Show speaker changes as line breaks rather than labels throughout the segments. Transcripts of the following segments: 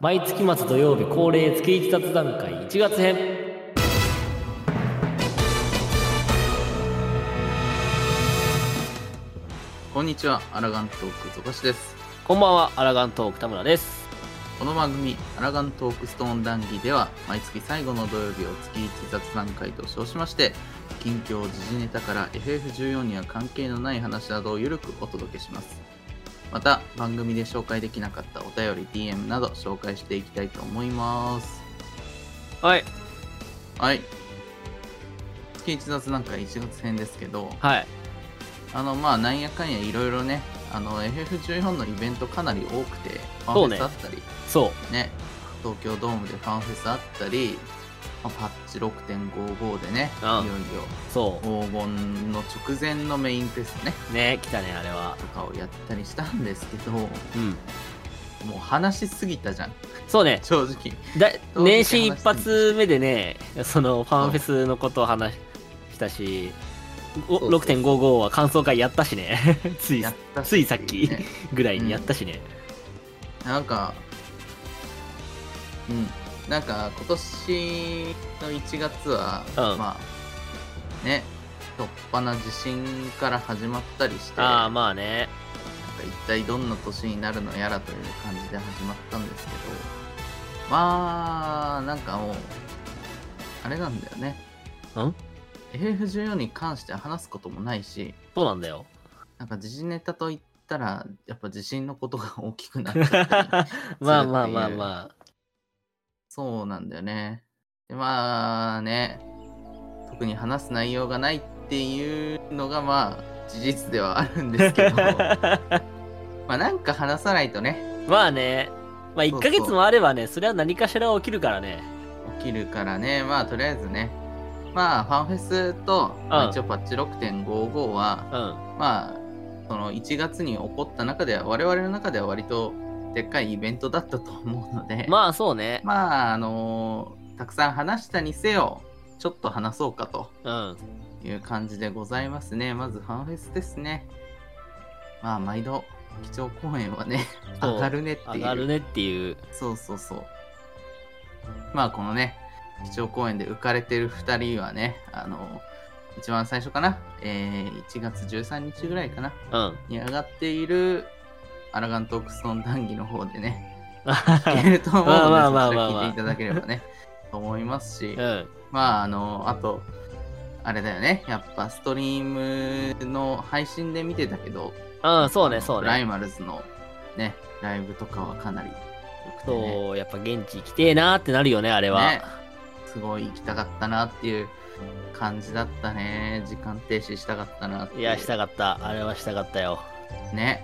毎月末土曜日恒例月一雑談会1月編
こんにちは、アラガントークゾカシです。
こんばんはアラガントーク田村です
この番組、アラガントークストーン談義では、毎月最後の土曜日を月1雑談会と称しまして、近況、時事ネタから FF14 には関係のない話などをゆるくお届けします。また、番組で紹介できなかったお便り、DM など紹介していきたいと思います。
はい
はい。月1雑談会1月編ですけど、
はい
あのまあなんやかんやいろいろねあの FF14 のイベントかなり多くてファ
そう
ンフ
ね
ェスあったりね
そう
東京ドームでファンフェスあったり、まあパッチ6.55でね
うん
いよいよ
そ
黄金の直前のメインフェスね
うね来たねあれは
とかをやったりしたんですけども
うん
う話しすぎたじゃん
そうね
正直
だ
どういう
年始一発目でねそのファンフェスのことを話したしお
そうそう
6.55は感想会やったしね つい
やった
ついさっき
ね
ぐらいにやったしね、
なんかうんなんか今年の1月は、
うん
まあね突破な地震から始まったりして
ああまあね
なんか一体どんな年になるのやらという感じで始まったんですけどまあなんかもうあれなんだよね
ん
FF14 に関しては話すこともないし
そうなんだ よ
なんか時事ネタといったらやっぱ地震のことが大きくなっちゃ ったり
まあまあまあまあ
そうなんだよね。で、まあね、特に話す内容がないっていうのが、まあ、事実ではあるんです けど、 まあなんか話さないとね、
まあねまあ
そ
1
う
ヶ月もあればねそれは何かしら起きるからね
起きるからね、まあとりあえずね、まあファンフェスと、まあ一応パッチ6.55は、
うん
まあ、その1月に起こった中では、我々の中では割とでっかいイベントだったと思うので、
まあそうね
まあ、あのーたくさん話したにせよ、ちょっと話そうかと。
うん
いう感じでございますね。まずファンフェスですね。まあ、毎度、基調公演はね、
そう
上がるねっていう。
上がるねっていう
そうそうそう。まあ、このね、基調公演で浮かれてる2人はね、あの、一番最初かな、えー1月13日ぐらいかな、
うん
に上がっている、アラガントークストン談義の方でね、聞けると思うので、
まあまあ
そちら
まあまあまあ
聞いていただければね、と思いますし。
うん
まああのあとあれだよねやっぱストリームの配信で見てたけど
うんそうねそう
ライ
ね
マルズのねライブとかはかなりよくて、ね、
そうやっぱ現地行きてえなーってなるよねあれは、
ねすごい行きたかったなっていう感じだったね時間停止したかったなっていう
いやしたかったあれはしたかったよ
ね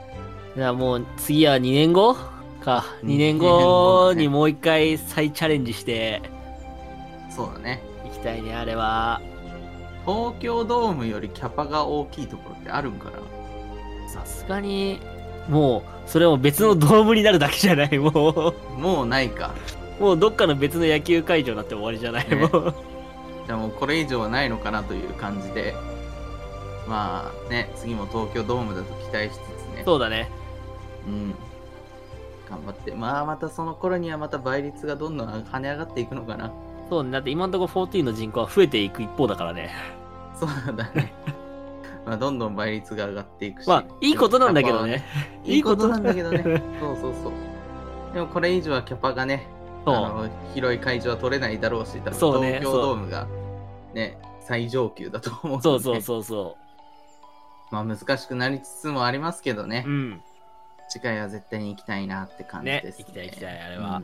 じゃあもう次は2年後か
うん
2年後にもう一回再チャレンジして
そうだね
いきたいねあれは
東京ドームよりキャパが大きいところってあるんかな
さすがにもうそれも別のドームになるだけじゃないも
もうないか
うもうどっかの別の野球会場になって終わりじゃない、
ね
もう
じゃあもうこれ以上はないのかなという感じでまあね次も東京ドームだと期待しつつね
そうだね
うん。頑張って。まあ、またその頃にはまた倍率がどんどん跳ね上がっていくのかな。
そうねだって今のところ14の人口は増えていく一方だからね
そうだ ね。まあ、どんどん倍率が上がっていくし。
まあいいことなんだけどね
キャパはね。いいことなんだけどね。 そうそうそう。でもこれ以上はキャパがね、あ
そう
の広い会場は取れないだろうし、多分
そうね
東京ドームがね、最上級だと思うので。
そうそうそうそ
まあ難しくなりつつもありますけどね
うう。ん
次回は絶対に行きたいなって感じ
ね
です、
行きたい行きたいあれは、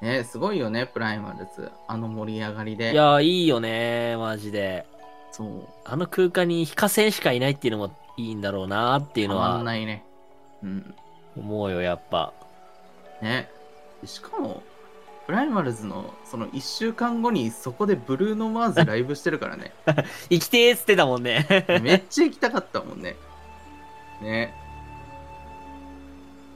うんねすごいよねプライマルズあの盛り上がりで
いやーいいよねマジで
そう
あの空間に非化線しかいないっていうのもいいんだろうなーっていう
た
の
まん
は
ないねうん
思うよやっぱ
ねしかもプライマルズのその1週間後にそこでブルーノ・マーズライブしてるからね
生きてーっつってたもんね
めっちゃ行きたかったもんねね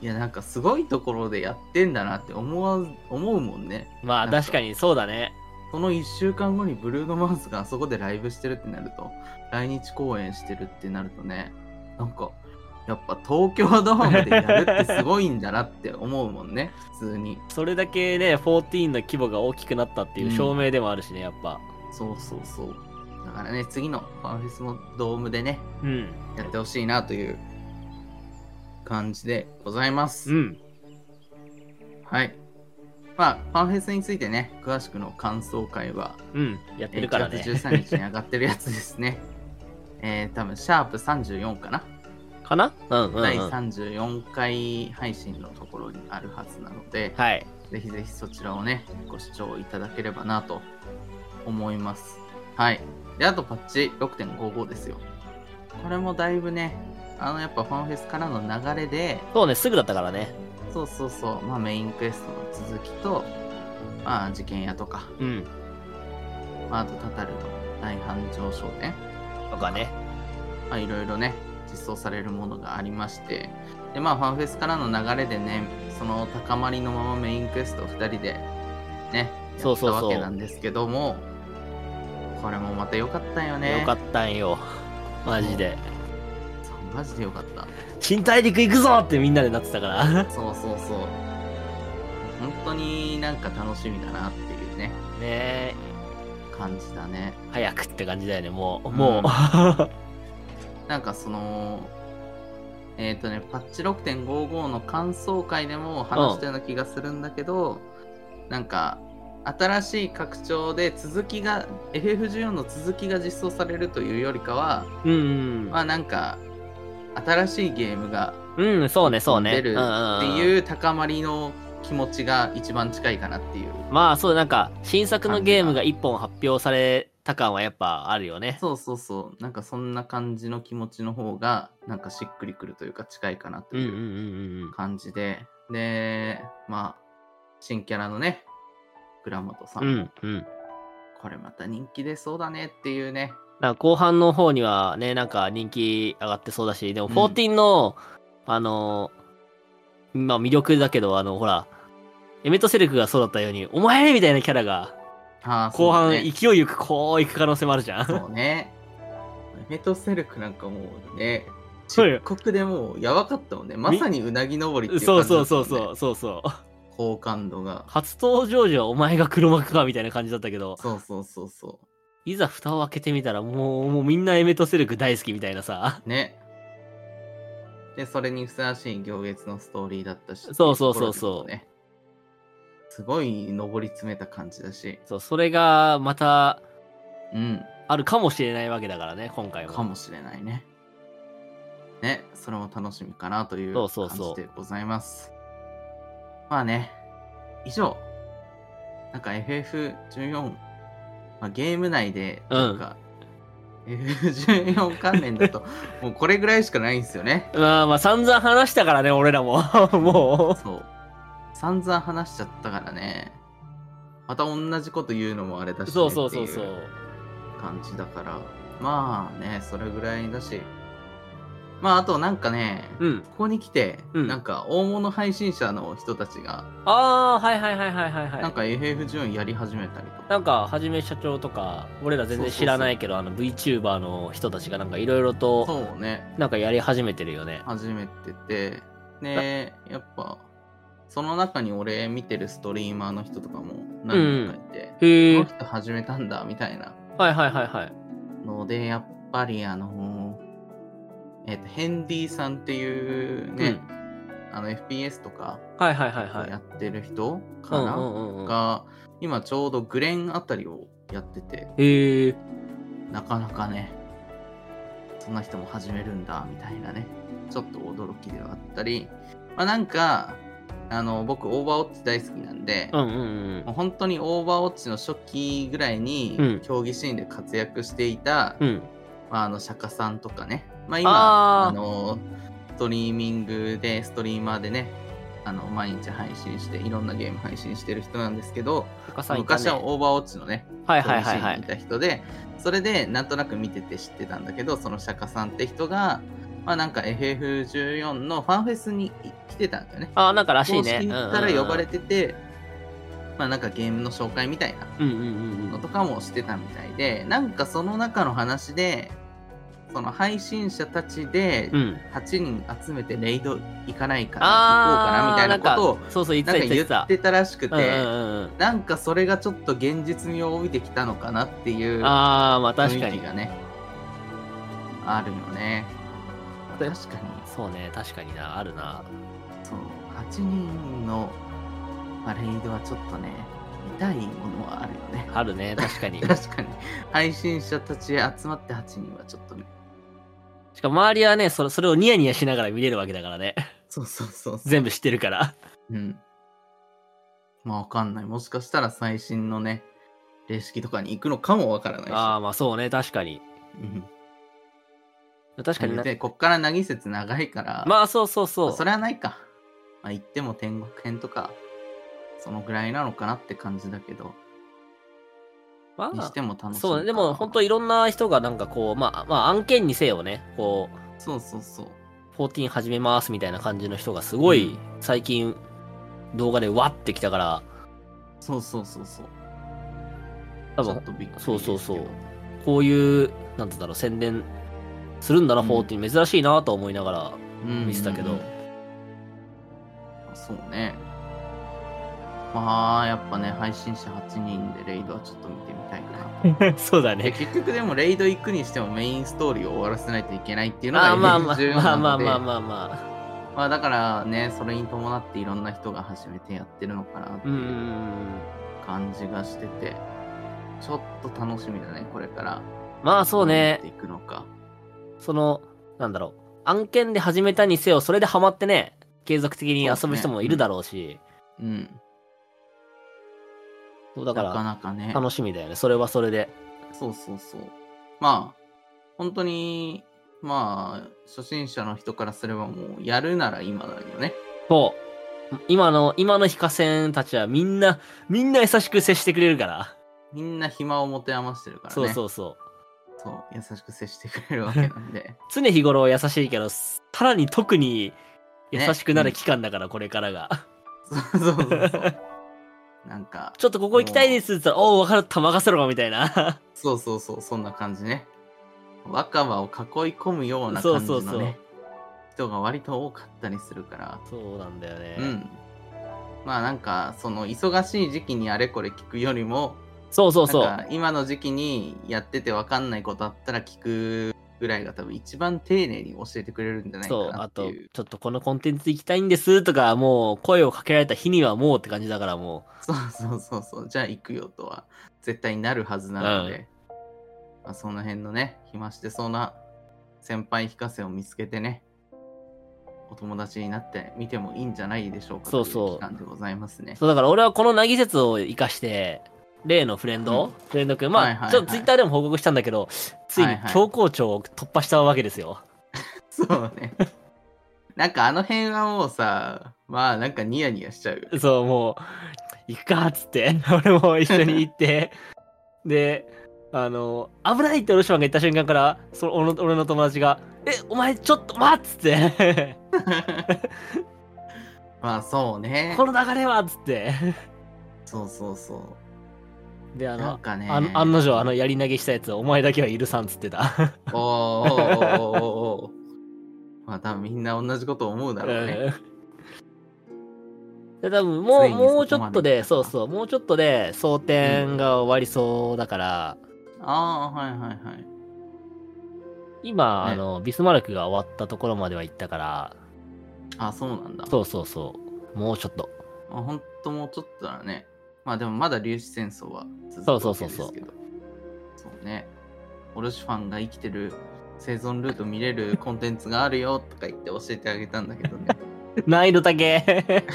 いやなんかすごいところでやってんだなって思わ思うもんね
ま
な
あ
んか
確かにそうだね
その1週間後にブルーノ・マーズがあそこでライブしてるってなると、来日公演してるってなるとね、なんか、やっぱ東京ドームでやるってすごいんだなって思うもんね 普通に
それだけね、14の規模が大きくなったっていう証明でもあるしね、やっぱ。
そうそうそうだからね次のファンフェスもドームでね
うん。
やってほしいなという感じでございます、
うん。
はいまあファンフェスについてね詳しくの感想会は
うん。やって
1
るからね
月。13日に上がってるやつですね えー、多分シャープ34かな、
かなうんうん、うん。
第34回配信のところにあるはずなので、
はい。
ぜひぜひそちらをね、ご視聴いただければなと思います。はい。で、あとパッチ6.55ですよ。これもだいぶね、あのやっぱファンフェスからの流れで、
そうね、すぐだったからね。
そうそうそう、まあメインクエストの続きと、まあ事件屋とか、
うん。
まああとタタルの大繁盛商店、
とかね。
まあいろいろね、実装されるものがありまして、で、まあファンフェスからの流れでね、その高まりのままメインクエストを2人でね、
そうそうそう
やったわけなんですけども、これもまた良かったよね。
よかったんよ。マジで。
そうマジで良かった。
新大陸行くぞってみんなでなってたから。
そうそうそう。本当になんか楽しみだなっていうね、
ねえ、
感じだね。
早くって感じだよね、もう。
うん
もう。
なんかその、えっ、とね、パッチ6.55の感想会でも話したような気がするんだけど、なんか、新しい拡張で続きが、FF14 の続きが実装されるというよりかは、
うん、うん
まあなんか、新しいゲームが
うん。うん、そうね、そうね。
出るって
うんうんうん
いう高まりの気持ちが一番近いかなっていう。
まあそう、なんか、新作のゲームが1本発表された感はやっぱあるよね。
そうそうそう。なんかそんな感じの気持ちの方が、なんかしっくりくるというか近いかなと
うん
い
うん
う。
うんうん。
感じで、で、まあ、新キャラのね、倉本さん、
うんうん。
これまた人気出そうだねっていうね、
なんか後半の方にはね、なんか人気上がってそうだし、でも
うん
14の、あのー、まあ魅力だけど、あの、ほら、エメトセルクがそうだったように、お前みたいなキャラが、
あー
後半
そうね
勢いよくこう行く可能性もあるじゃん。
そうね。メトセルクなんかもうね、
そうよ
漆黒でもうやばかったもんね。まさにうなぎ登りってい
そ
う感
う
じだ
そ
っ
う
た
そ
もん
う
ね
そうそうそう。
好感度が。
初登場時はお前が黒幕かみたいな感じだったけど、
そうそうそうそ
いざ蓋を開けてみたらもう、もうみんなエメトセルク大好きみたいなさ。
う。ね。で、それにふさわしい行月のストーリーだったし。
そうそうそうそう
ところでもねすごい登り詰めた感じだし。
そう、それがまた
うん。
あるかもしれないわけだからね、今回
か
も。
もしれないね。ね、それも楽しみかなという
そ
感
うそうそう
じでございます。まあね、以上、なんか FF14、まあ、ゲーム内で、
うん
なんか、FF14 関連 だと、もうこれぐらいしかないんですよね。
まあまあ散々話したからね、俺らも。 も
そう。散々話しちゃったからね、また同じこと言うのもあれだし、
う。
ね、
そうそうそう
って
そ。
いう感じだからまあねそれぐらいだしまああとなんかね、
うん。
ここに来て、
うん
なんか大物配信者の人たちが、
ああ、はいはいはいはいはいはい。
なんか FF14 やり始めたりとか
なんか、はじめ社長とか、俺ら全然知らないけど、あの VTuber の人たちがなんかいろいろと、
そうね
なんかやり始めてるよね。
始めててでやっぱその中に俺見てるストリーマーの人とかも何人かいて、
へえ。
この人始めたんだみたいな
はいはいはいはい。
のでやっぱりあのえっとヘンディさんっていうね、あの FPS とか
はいはいはいはい。
やってる人かな、
うんうんうんうん。
が今ちょうどグレンあたりをやってて
へえ。
なかなかねそんな人も始めるんだみたいなねちょっと驚きではあったり、まあ、なんかあの僕オーバーウォッチ大好きなんで、
うんうん
もう本当にオーバーウォッチの初期ぐらい
うん
に競技シーンで活躍していた、
うん。うん。
まあ、あの釈迦さんとかね、まあ、今
あ
あ
ー
のストリーミングでストリーマーでねあの毎日配信していろんなゲーム配信してる人なんですけど、
他さんいたね
昔はオーバーウォッチのね、
はい
そう
はいいう
シ
はいは
ーンにい
い。
た人で、それでなんとなく見てて知ってたんだけど、その釈迦さんって人が、まあなんか FF14 のファンフェスに来てたんだよね。
ああ、なんからしい
公式
ね。
に行ったら呼ばれてて、まあなんかゲームの紹介みたいな
うんうんうんうん。
のとかもしてたみたいで、なんかその中の話で、その配信者たちで
うん。
8人集めてレイド行かないか
あ
な行こう
ー
かなみたいなことを
んかそうそう、言って
なん
た
か
言って
言
た
っ。てたらしくて、
うんうんうんうん。
なんかそれがちょっと現実味を帯びてきたのかなっていう雰
ああ、まあ確か
囲
に
気。がねあるよね
で
確かに
そうね、確かにな、あるな。
そう8人の、まあ、レイドはちょっとね見たいものはあるよね
あるね、確かに。
確かに配信者たち集まって8人はちょっとね
しかも周りはねそれ、それをニヤニヤしながら見れるわけだからね。
そうそうそうそう
全部知ってるから。
うんまあわかんないもしかしたら最新のね霊式とかに行くのかもわからないし
ああ、まあそうね、確かに。
うん
確かにな。
で、こっからなぎ説長いから、
まあそうそう
ま
そ
あ
う。
それはないか。まあ、言っても天国編とか、そのぐらいなのかなって感じだけど、
ま
に
あ
しても楽しい。
そうね、でも本当いろんな人がなんかこう、まあ、まあ案件にせよね、こう、
そうそうそう。
14始めますみたいな感じの人がすご
う
い
ん
最近動画でわってきたから、
そうそうそうそう。
多
ちょ
分
っとびっくりですけ
そ
ど
うそうそう。こういう、なんて言うんだろう、宣伝するんだな、
うん
14、珍しいなと思いながら、
うん
見てたけど。
あそうね。まあ、やっぱね、配信者8人でレイドはちょっと見てみたいかな。
そうだ
で
ね。
結局でもレイド行くにしてもメインストーリーを終わらせないといけないっていうの
ま
が
あまあまあ
重要
ま
な
あま
の
あ
で
まあまあま
まあだからね、それに伴っていろんな人が始めてやってるのかなっ
あ。
て
うんうん
いう
うんうん。
感じがしてて、ちょっと楽しみだね、これから。
まあそうね
ど、うなっていくのか。
その、なんだろう、案件で始めたにせよ、それでハマってね、継続的に遊ぶ人もいるだろうし、
うん。
そうだか
なからなかね。
楽しみだよね、それはそれで。
そうそうそう。まあ、本当に、まあ、初心者の人からすればもう、やるなら今だよね。
そう。今の、今のヒカセンたちはみんな、みんな優しく接してくれるから。
みんな暇を持て余してるからね。
そう
う。
そうそう。
そう、優しく接してくれるわけなんで。
常日頃優しいけど、さらに特に優しくなる期間だから、これからが。
そうそうそうそう。なんか、
ちょっとここ行きたいですって言ったら、おお、分かった、任せろ、みたいな。
そうそうそう、そんな感じね。若葉を囲い込むような
そ
感
う
じ
そ
の
う
ね、
そう
人が割と多かったりするから、
そうなんだよね。
うん。まあなんか、その忙しい時期にあれこれ聞くよりも、
そうそうそ
なん
う。
か今の時期にやってて分かんないことあったら聞くぐらいが多分一番丁寧に教えてくれるんじゃないか
そう、
な
あ
って
と
いう。、
ちょっとこのコンテンツ行きたいんですとか、もう声をかけられた日にはもうって感じだから、も
そうそうそうそう。じゃあ行くよとは絶対になるはずなので、まあ、その辺のね、暇してそうな先輩引かせを見つけてね、お友達になってみてもいいんじゃないでしょうか
そうそう
とい期間でございますね
う。。そう、だから俺はこのなぎ説を生かして、例のフレンド、
うん
フレンドくん、
はいはい
ま
は
あ、
い
ちょっとツイッターでも報告したんだけど、つい
はい
に
はい
強行庁を突破したわけですよ。
そうね。なんかあの辺はもうさ、まあなんかニヤニヤしちゃうよね。
そう、もう、行くかっつって、 俺も一緒に行って、で、あの、危ないってオルシマンが言った瞬間から、その俺の俺の友達が、え、お前ちょっと待っつ って、
まあそうね。
この流れはっつって。
そうそうそう。
で、あ
なん
の、
かね。
あの案の定、あの、やり投げしたやつ、お前だけは許さんっつってた。
おーおーおーおーおー まあ多分みんな同じこと思うだろうね。
で多分も
つ
う、
いに
もうち
そ
ょ
こま
っ
で
とで、
来た
そうそう、もうちょっとで、争点が終わりそうだから、
ああ、はいはいはい。
今、
ね
あの、ビスマルクが終わったところまでは行ったから、
あそうなんだ。
そうそうそう、もうちょっと。
あほんともうちょっとだね。まあでもまだ粒子戦争は続く
そうそ
わ
うそ
け
う
です
そう
けど。そうね。オルシファンが生きてる生存ルート見れるコンテンツがあるよとか言って教えてあげたんだ けどね。
難易度だ け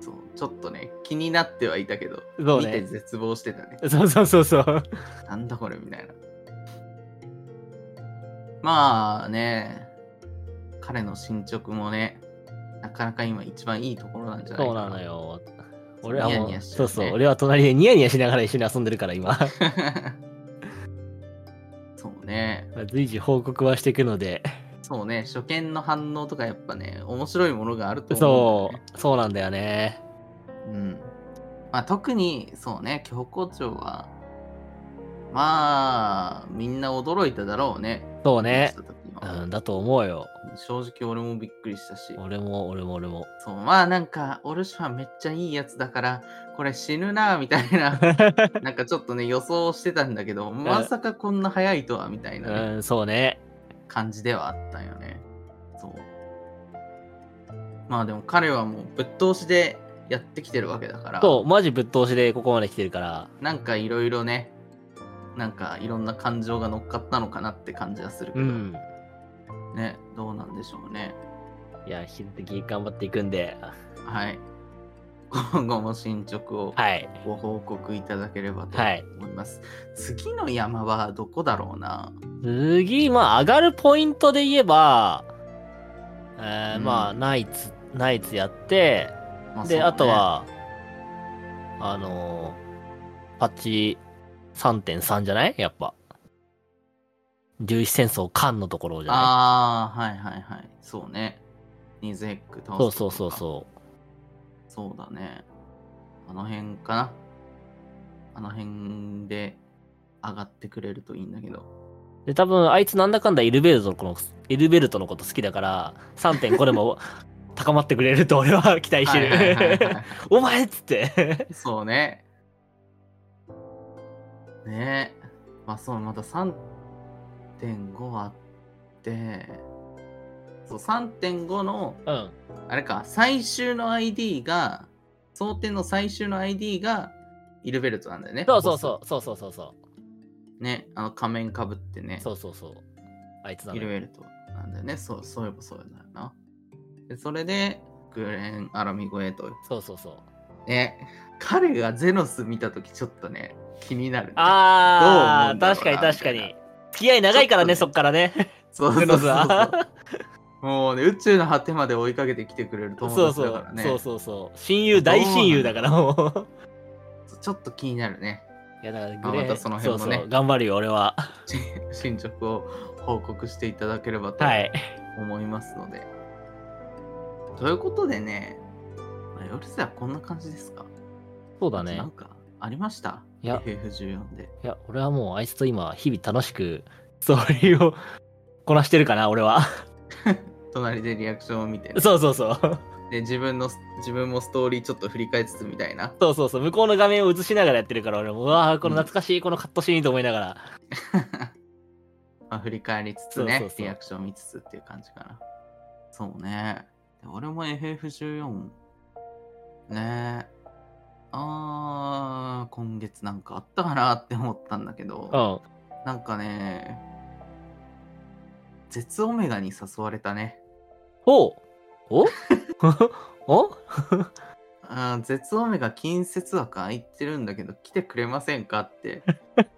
そうちょっとね、気になってはいたけど、
そう
見て
ね。
絶望してた ね。
そうそうそうそう。
なんだこれみたいな。まあね、彼の進捗もね、なかなか今一番いいところなんじゃない
そう
かな。
なの。よ。俺は
ニヤ
も
ニ
う、
ヤしちゃうね
そうそう、俺は隣でニヤニヤしながら一緒に遊んでるから、今。
そうね。
随時報告はしていくので。
そうね。初見の反応とかやっぱね、面白いものがあると思
そううん
だよね、
そうなんだよね。
うん。まあ特に、そうね、教校長は、まあ、みんな驚いただろうね。
そうね
来。た時は
うん、だと思うよ。
正直俺もびっくりしたし。
俺も、俺も、俺も。
そう、まあなんか、オルシファンめっちゃいいやつだから、これ死ぬな、みたい な、なんかちょっとね、予想してたんだけど、まさかこんな早いとは、みたいなね、
うん、そうね。
感じではあったんよね。そう。まあでも彼はもうぶっ通しでやってきてるわけだから、
そう、マジぶっ通しでここまで来てるから。
なんかいろいろね、なんかいろんな感情が乗っかったのかなって感じはするけ
う
ど、
ん。
ね、どうなんでしょうね。
いや、引き続き頑張っていくんで。
はい。今後も進捗を
はい。
ご報告いただければと
はい
思います。次の山はどこだろうな
次、まあ、上がるポイントで言えば、えー
うん
まあ、ナイツ、ナイツやって、
ま
で、
そうね
あとは、あのーパッチ3.3じゃないやっぱ。十一戦争間のところじゃな
ああ、はいはいはい。そうね。ニズヘック倒
い
す。
そうそうそうそう
そうだね。あの辺かな。あの辺で上がってくれるといいんだ けど。
う。で、多分、あいつなんだかんだエルベルトのこの、エルベルトのこと好きだから、3.5でも 高まってくれると俺は期待して
はいはいはいは
る。
い
お前っつって。
そうね。ねえ。まあそう、また3.5あって、そう、3.5の、
うん。
あれか、最終の ID が、争点の最終の ID が、イルベルトなんだよね。。
そうそうそう、そうそうそうそう
ね、あの仮面かぶって
う。
ね、
そうそうそう。あいつな
イ
の
ル
よ。
ベルトなんだよね。そう、そういえばそうだよな。で、それで、グレン・アラミゴエと。
そうそうそう。
ね、彼がゼノス見たときちょっとね、気になるね、
あー、
どう思うん
確か
だろ
に
うな
確かに。付き合い長いからね、
ち
そ
ょ
っからね。
そうそう
ゼノ
そう
ス
そう
は。
もうね、宇宙の果てまで追いかけてきてくれる友
そう
達
そ
だか
う
ら、ね。
そうそうそう。親友、大親友だからもう。
ちょっと気になるね。
いや、だから
まあ
グレー、
またその辺もね
そうそう、頑張るよ、俺 は。
進捗を報告していただければと
はい。
思いますので。ということでね、まあヨルセはこんな感じですか
そうだ
な
ね
ん。かありました
いや
?FF14 で。
いや、俺はもう、あいつと今、日々楽しく、ストーリーを こなしてるかな、俺は。
隣でリアクションを見てね、
そうそうそう。
で自分の自分もストーリーちょっと振り返りつつみた いな。
そうそうそう。向こうの画面を映しながらやってるから、俺も、うわー、この懐かしい、このカットシーンと思いながら。
まあ、振り返りつつね
そうそうそう
リアクション見つつっていう感じかな。そうね。で俺も FF14。ねえ。あー、今月なんかあったかなって思ったんだけど、
うん。
なんかね、絶オメガに誘われたね。
おうお お
あー絶オメガ近接枠空いてるんだけど来てくれませんか って、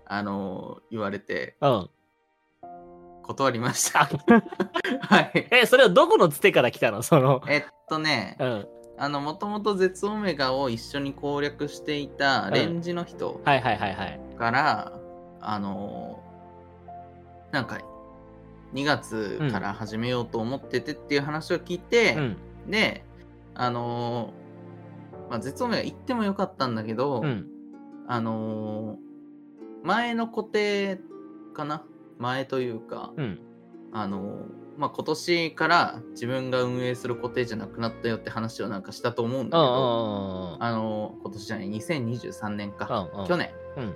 あのー言われて
うん。
断りました。 はい。
え、それはどこのつてから来たの その。
えっとね、
うん。
あの、もともと絶オメガを一緒に攻略していたレンジの人
はいはいはいはい。
から、あのーなんか、2月から始めようと思っててっていう話を聞いて、
うん。
で、あのーまあ、絶オメガ行ってもよかったんだけど、
うん。
あのー前の固定かな前というか、
うん。
あのーまあ、今年から自分が運営する固定じゃなくなったよって話をなんかしたと思うんだ
う
け
ん
ど、
うん
あの今年じゃない2023年か、
うんうん。
去年
うん。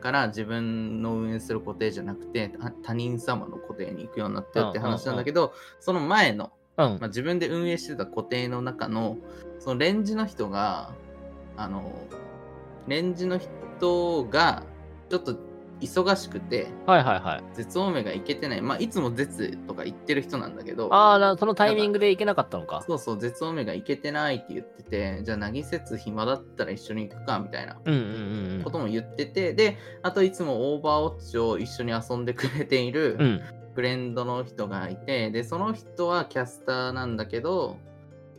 から自分の運営する固定じゃなくてあ他人様の固定に行くようになったよって話なんだけど、その前の、
うん
まあ、。自分で運営してた固定の中のそのレンジの人があのレンジの人がちょっと忙しくて
はいはいはい。
絶オメが行けてないまあいつも絶とか行ってる人なんだけど
ああ、なそのタイミングでいけなかったのか。
そうそう絶オメが行けてないって言っててじゃあ凪節暇だったら一緒に行くかみたいな
うんうん
ことも言ってて、で、あといつもオーバーウォッチを一緒に遊んでくれてい
うん。う
る
ん。
フレンドの人がいて、で、その人はキャスターなんだけど、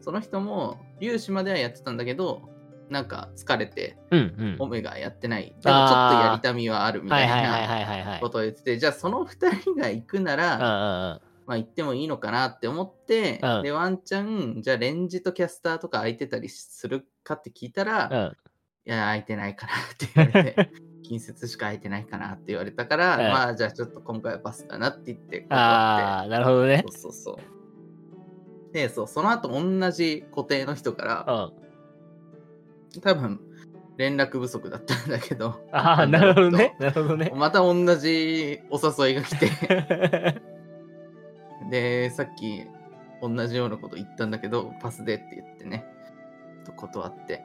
その人も粒子まではやってたんだけど、なんか疲れて、
うんう
オ
ん。
メガやってない。だからちょっとやりたみはあるみ
は
た
い
い
はいはい
な
はいはいはい。
ことを言ってて、じゃあその2人が行くな
うんう
ら、
んうん。
まあ行ってもいいのかなって思って、
うん
で、ワンチャン、じゃあレンジとキャスターとか空いてたりするかって聞いたら、
うん
いや、空いてないからって言われて、近接しか空いてないかなって言われたから、
はい
まあじゃあちょっと今回はパスだなって言って断っ
ああ、なるほど
て
ね。
そうそうそうでそうその後同じ固定の人から
うん。あ
多分連絡不足だったんだけど
あー、なるほどね。なるほどね。
また同じお誘いが来てでさっき同じようなこと言ったんだけどパスでって言ってねと断って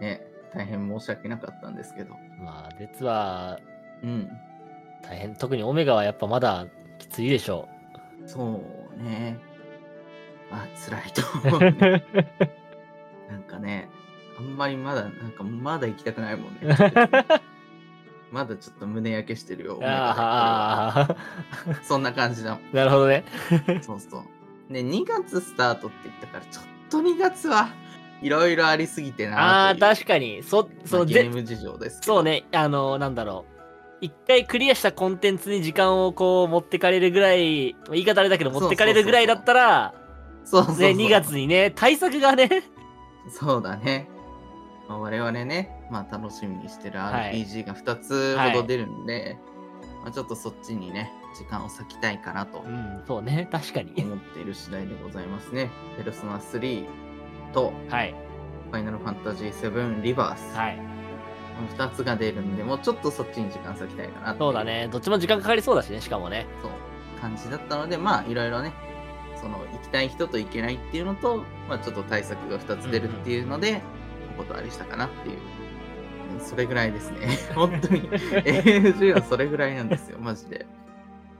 ね大変申し訳なかったんですけど
まあ、列は
うん
大変。特にオメガはやっぱまだきついでしょ
そうねまあ辛いと思う
う。
ねなんかねあんまりまだなんかまだ行きたくないもんねまだちょっと胸焼けしてるよ
ああ、
そんな感じだも ん
なるほどね。
そうそう。ね、2月スタートって言ったから、ちょっと2月はいろいろありすぎてな
ああ、
という
確かに。そ、そ
ま
の
あゲ
ぜ
ーム事情ですけど
そう。ね、あの、なんだろう。一回クリアしたコンテンツに時間をこう持ってかれるぐらい、言い方あれだけど
そう
持ってかれるぐらいだったら、
そうそうそう
ね、2月にね、対策がね、
そうだね。まあ、我々ね、まあ、楽しみにしてる
はい
RPG が2つほど出るんで、まあ、ちょっとそっちにね、時間を割きたいかなと
うん、そうね、確かに。
思っている次第でございますね。ペルソナ3と
はい、
ファイナルファンタジー7リバース、
はい。
この2つが出るんで、もうちょっとそっちに時間割きたいかなと
そうだね、どっちも時間かかりそうだしね、しかもね。
そう感じだったのでまあいろいろねその行きたい人と行けないっていうのと、まあ、ちょっと対策が2つ出るっていうので、お断りしたかなっていううんそれぐらいですね 本 当に AFG はそれぐらいなんですよマジで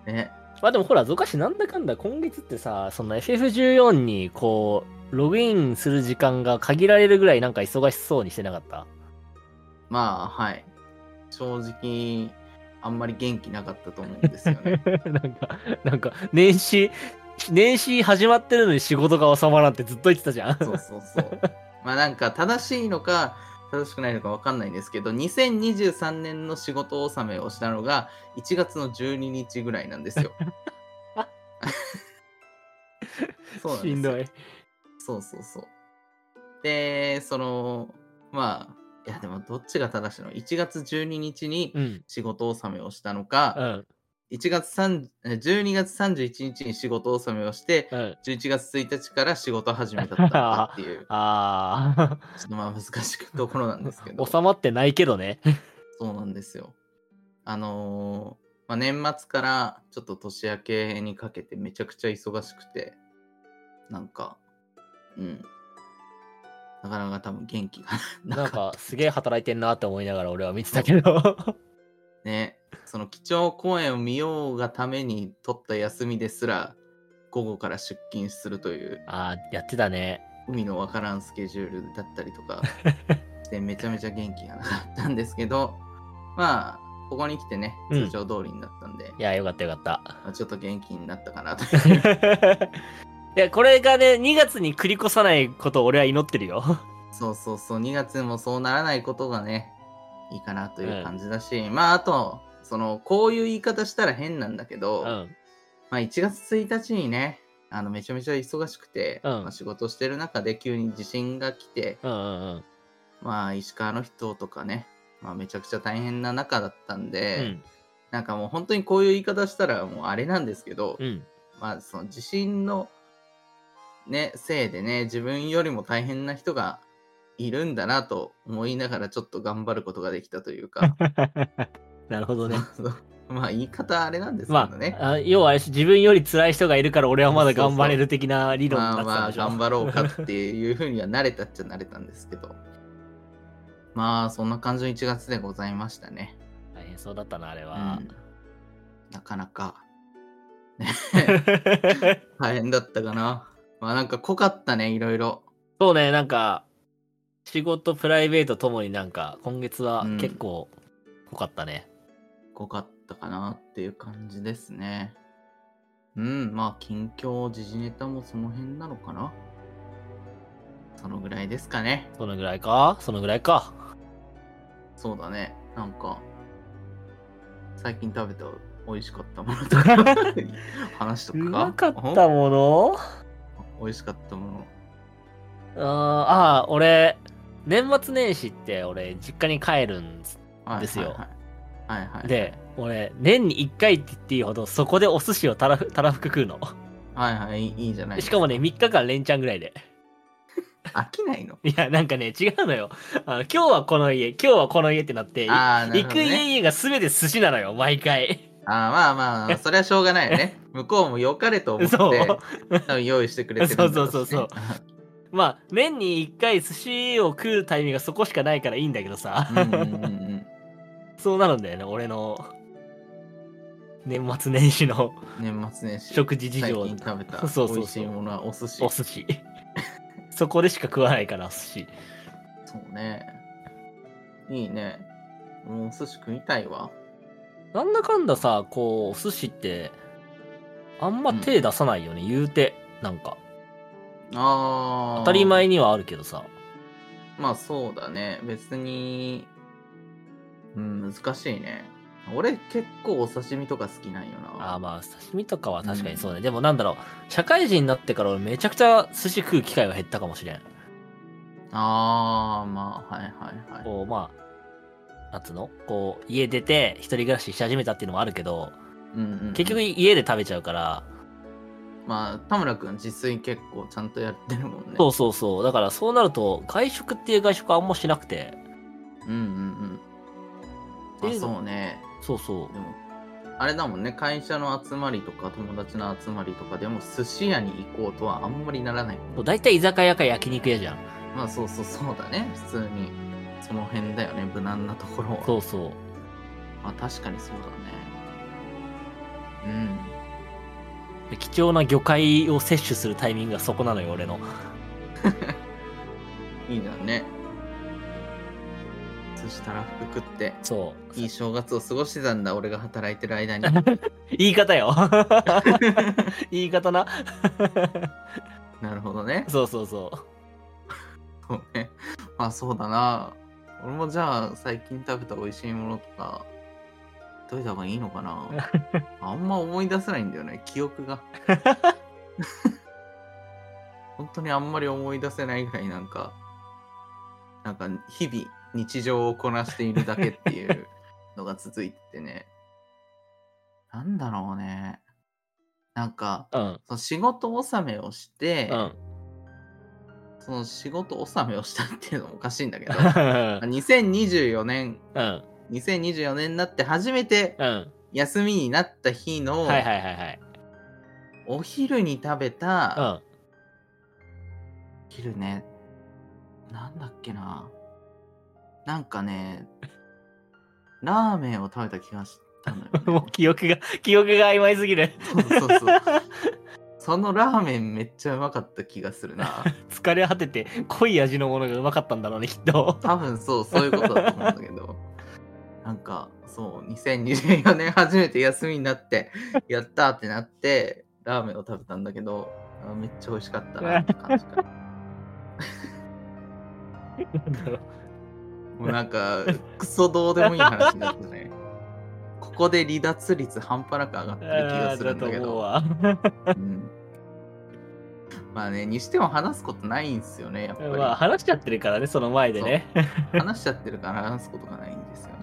ね
まあでもほら、ゾカシなんだかんだ今月ってさ、その FF14 にこう、ログインする時間が限られるぐらいなんか忙しそうにしてなかった
まあはい正直あんまり元気なかったと思うんですよね
なんか、なんか、年始、年始始まってるのに仕事が収まらんってずっと言ってたじゃん。
そうそうそうまあなんか正しいのか正しくないのかわかんないんですけど2023年の仕事納めをしたのが1月の12日ぐらいなんです よそうなんです
し
よ
んどい。
そうそうそうでそのまあいやでもどっちが正しいの1月12日に
うん。
仕事納めをしたの
う
か、
ん。
1月3 12月31日に仕事納めをして
うん。
11月1日から仕事始めだったのかっていう
あ
ちょっとまあ難しいところなんですけ ど
ー、、収まってないけどね。
そうなんですよ。あのーまあ、年末からちょっと年明けにかけてめちゃくちゃ忙しくて、なんか、うん。なかなか多分元気がな
なん
かっ
か、すげえ働いてんなって思いながら俺は見てたけ ど。
た ね。その基調公演を見ようがために取った休みですら、午後から出勤するという
あー、やってたね。
海のわからんスケジュールだったりと かでめちゃめちゃ元気がなかったんですけどまあここに来てね
うん
通常通りになったんで、
いや、よかったよかった。
まあちょっと元気になったかなと
いや、これがね、2月に繰り越さないことを俺は祈ってるよ。
そうそうそう2月もそうならないことがねいいかなという感じだし、まああとそのこういう言い方したら変なんだけ
う
ど、
ん。
まあ、1月1日にねあのめちゃめちゃ忙しくて、
うん
まあ、仕事してる中で急に地震が来て、
うんうんうん。
まあ石川の人とかね、まあ、めちゃくちゃ大変な中だったんで、
うん。
なんかもう本当にこういう言い方したらもうあれなんですけど、
うん。
まあその地震のね、せいでね、自分よりも大変な人がいるんだなと思いながらちょっと頑張ることができたとい うか、
なるほどね。
まあ言い方あれなんですけ
ま
どね。
あ、あ要はあれし自分より辛い人がいるから俺はまだ頑張れる的な理論
ま
だ
あ
った
ま
ん
あ
でしょ。
頑張ろうかっていうふうには慣れたっちゃ慣れたんですけど、まあそんな感じの1月でございましたね。
大変そうだったな、あれ
う
は。
ん、なかなか大変だったかな。まあなんか濃かったね、いろいろ。
そうね、なんか、仕事、プライベートともになんか、今月は
うん
結構濃かったね。
濃かったかなっていう感じですね。うん、まあ、近況、時事ネタもその辺なのかなそのぐらいですかね。
そのぐらいかそのぐらいか。
そうだね。なんか、最近食べた美味しかったものとか、 話しと
う
くか。
まかったもの
お美味しかったもの。
あーあー、俺、年末年始って俺、実家に帰るん
はい
ですよ
はいはいはいはい
で、俺、年に1回って言っていいほど、そこでお寿司をたらふたらふく食うの。
はいはいいいいいじゃない
しかもね、3日間連チャンぐらいで。
飽きないの
いや、なんかね、違うのよ。あの今日はこの家、今日はこの家ってなって、
ああなる
行
ほ
く
ど、ね、
家々が全て寿司なのよ、毎回。
あーまあまあまあそれはしょうがないよね向こうも良かれと思って
そう。
多分用意してくれてるんだろしね
そうそうそうまあ、年に1回寿司を食うタイミングがそこしかないからいいんだけどさ。
うんうんうんうん
そうなるんだよね、俺の。年末年始の
年末年始
食事事
最
情
近食べた
そうそうそう
美味しいものはお寿司
お寿司。 そこでしか食わないから、お寿司。
そうねいいねもうお寿司食いたいわ
なんだかんださ、こう、お寿司って、あんま手出さないよね、言うて。なんか、
あー
当たり前にはあるけどさ。
まあそうだね別にうん難しいね俺結構お刺身とか好きなんよな
あーまあ、刺身とかは確かにそうね。でもなんだろう、社会人になってから俺めちゃくちゃ寿司食う機会は減ったかもしれん。
あーまあはいはいはい
こう、まあ、なんつうのこう、家出て一人暮らしし始めたっていうのもあるけど、
うんうんうん
結局家で食べちゃうから、
まあ田村君自炊結構ちゃんとやってるもんね
そうそうそう。だからそうなると、外食っていう外食はあんましなくて、
うんうんうん
って
あ
いうの
そうね
そうそ
でもあれだもんね会社の集まりとか友達の集まりとかでも寿司屋に行こうとはあんまりならないもんね
う。だいたい居酒屋か焼肉屋じゃん。
まあそうそうそうだね普通にその辺だよね無難なところは
そうそう。
まあ確かにそうだね
で貴重な魚介を摂取するタイミングがそこなのよ、俺の。
うんいいじゃんねそしたら服食って
そう。
いい正月を過ごしてたんだ俺が働いて る間に
言い方よ。 言い方な。
なるほどね
そうそうそ
そうね まあそうだな俺もじゃあ最近食べた美味しいものとかどういた方がいいの かなあんま思い出せないんだよね記憶が本当にあんまり思い出せないぐらいなんかなんか日々日常をこなしているだけっていうのが続いててねなんだろうねなんか
う。うん。
その仕事納めをして、
うん。
その仕事納めをしたっていうのもおかしいんだ けど
う
2024年
ん。
2024年になって初めて
うん。
休みになった日の
はいはいはいはい。
お昼に食べ
う
た
ん。
昼ねなんだっけななんかねラーメンを食べた気がしたのよね、
もう記憶が、記憶が曖昧すぎる。
そうそうそうそのラーメンめっちゃうまかった気がするな
疲れ果てて、濃い味のものがうまかったんだろうね、きっ と。
多分そうそういうことだと思うんだけ どなんかそう2024年初めて休みになってやったーってなってラーメンを食べたんだけどあめっちゃ美味しかったなって感じかな
なんだろう
もうなんかクソどうでもいい話になってねここで離脱率半端なく上がってる気がするんだけ ど
あーだと思
うんまあねにしても話すことないんですよねやっぱ
う
り、
わ。まあ話しちゃってるからね、その前でね。
話しちゃってるから話すことがないんですよね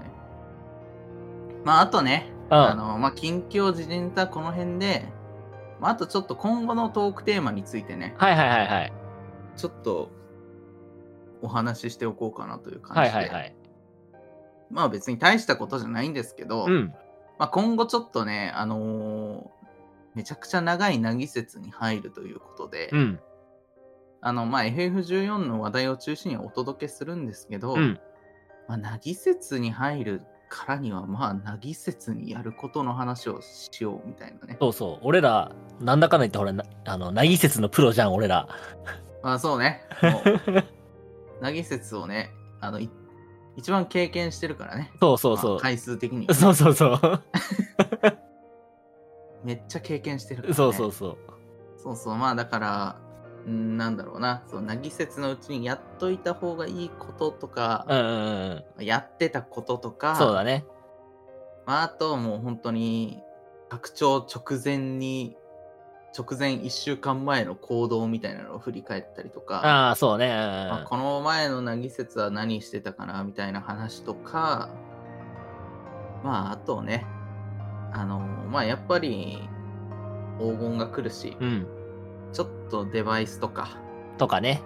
まああとね
う
あ
ん。
の、まあ、近況時事ネタこの辺で、まあ、あとちょっと今後のトークテーマについてね、
はいはいはいはい。
ちょっとお話ししておこうかなという感
は
じ
い
で、
はいはい。
まあ別に大したことじゃないんですけど、
うん。
まあ、今後ちょっとね、あのーめちゃくちゃ長いなぎ説に入るということで、
うん。
あの、まあ、FF14 の話題を中心にお届けするんですけど、
うん。
まあ、なぎ説に入るからには、まあ、なぎ説にやることの話をしようみたいなね。
そうそう。俺ら、なんだかんだ言ってほら、なあの、なぎ説のプロじゃん、俺ら。
まあそう ね。もう投げ説をね、あの、い一番経験してるからね。
そうそうそ
まあ
う。
回数的に。
そうそうそう。
めっちゃ経験してるから、ね。
そうそうそう。
そうそうまあだから、うんなんだろうな、そのなぎ説のうちにやっといた方がいいことと
う
か、
んうんうんうん。
やってたこととか、
そうだね。
まああともう本当に、拡張直前に、直前1週間前の行動みたいなのを振り返ったりとか、
ああ、そうね。
まあこの前のなぎ説は何してたかなみたいな話とか、まあ、あとね、あの、まあ、やっぱり、黄金が来るし、
うん。
ちょっとデバイスとか、
とかね。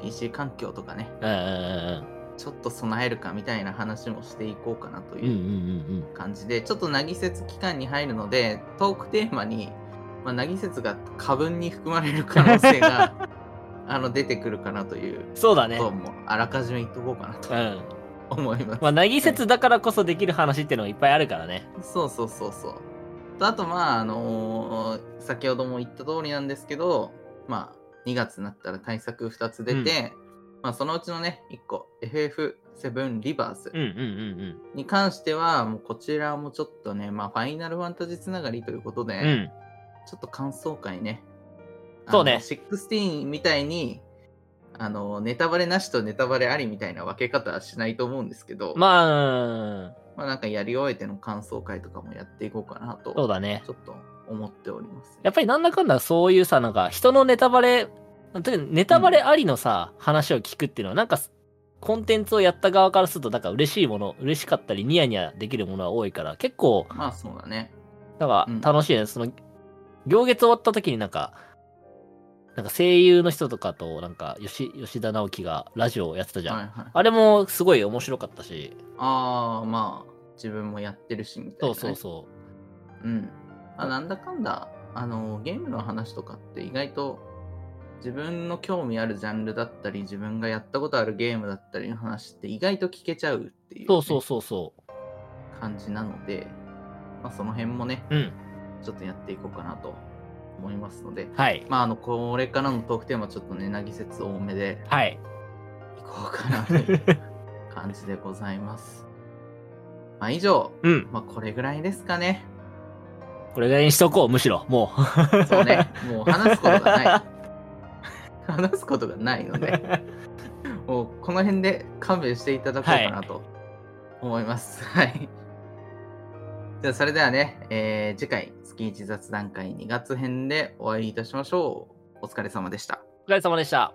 PC 環境とかね、
うんうん
ちょっと備えるかみたいな話もしていこうかなと
うんうん。うんう
いうん感じで、ちょっとなぎせつ期間に入るので、トークテーマに、まあ、なぎせつが過分に含まれる可能性が あの出てくるかなという
うん。そうだね
こ。とも、あらかじめ言っとこうかなと
うん。
思います。
まあ、なぎせつだからこそできる話っていうのがいっぱいあるからね。
そうそうそうそう。とあとまああのー先ほども言った通りなんですけど、まあ2月になったら対策2つ出て、まあそのうちのね1個 FF7 リバース
うんうんうん
に関してはもうこちらもちょっとねまあファイナルファンタジーつながりということで、
うん。うん。
ちょっと感想会ね。
そうね
あの16みたいにあのネタバレなしとネタバレありみたいな分け方はしないと思うんですけど、ま
まあ、
あなんかやり終えての感想会とかもやっていこうかなと
そうだね。
ちょっと思っております、
やっぱりなんだかんだそういうさ、なんか人のネタバレ、特にネタバレありのさ、話を聞くっていうのは、なんかコンテンツをやった側からすると、なんか嬉しいもの、嬉しかったりニヤニヤできるものは多いから、結構、
まあそうだね。
なんか
うん
楽しいね。その、行月終わった時になんか、なんか声優の人とかと、なんか吉吉田直樹がラジオをやってたじゃん。
はいはい、あ
あれもすごい面白かったし、
あー、まあ、自分もやってるしみた
そう
いな、ね。
そうそう。
う。うん。まあ、なんだかんだ、あの、ゲームの話とかって意外と自分の興味あるジャンルだったり、自分がやったことあるゲームだったりの話って意外と聞けちゃうっていうね、
そうそうそうそ
感じなので、まあその辺もね、
う。うん。
ちょっとやっていこうかなと思いますので、
はい。
まああの、これからのトークテーマちょっとね、なぎ説多めで
はい。
いこうかな という感じでございます。まあ以上、
うん。
まあこれぐらいですかね。
これぐらいにしとこう、むしろ。もう。
そうね、もう話すことがない。話すことがないので、もうこの辺で勘弁していただこうかなと思います。はい。じゃあそれではね、えー次回月1雑談会2月編でお会いいたしましょう。お疲れ様でした。
お疲れ様でした。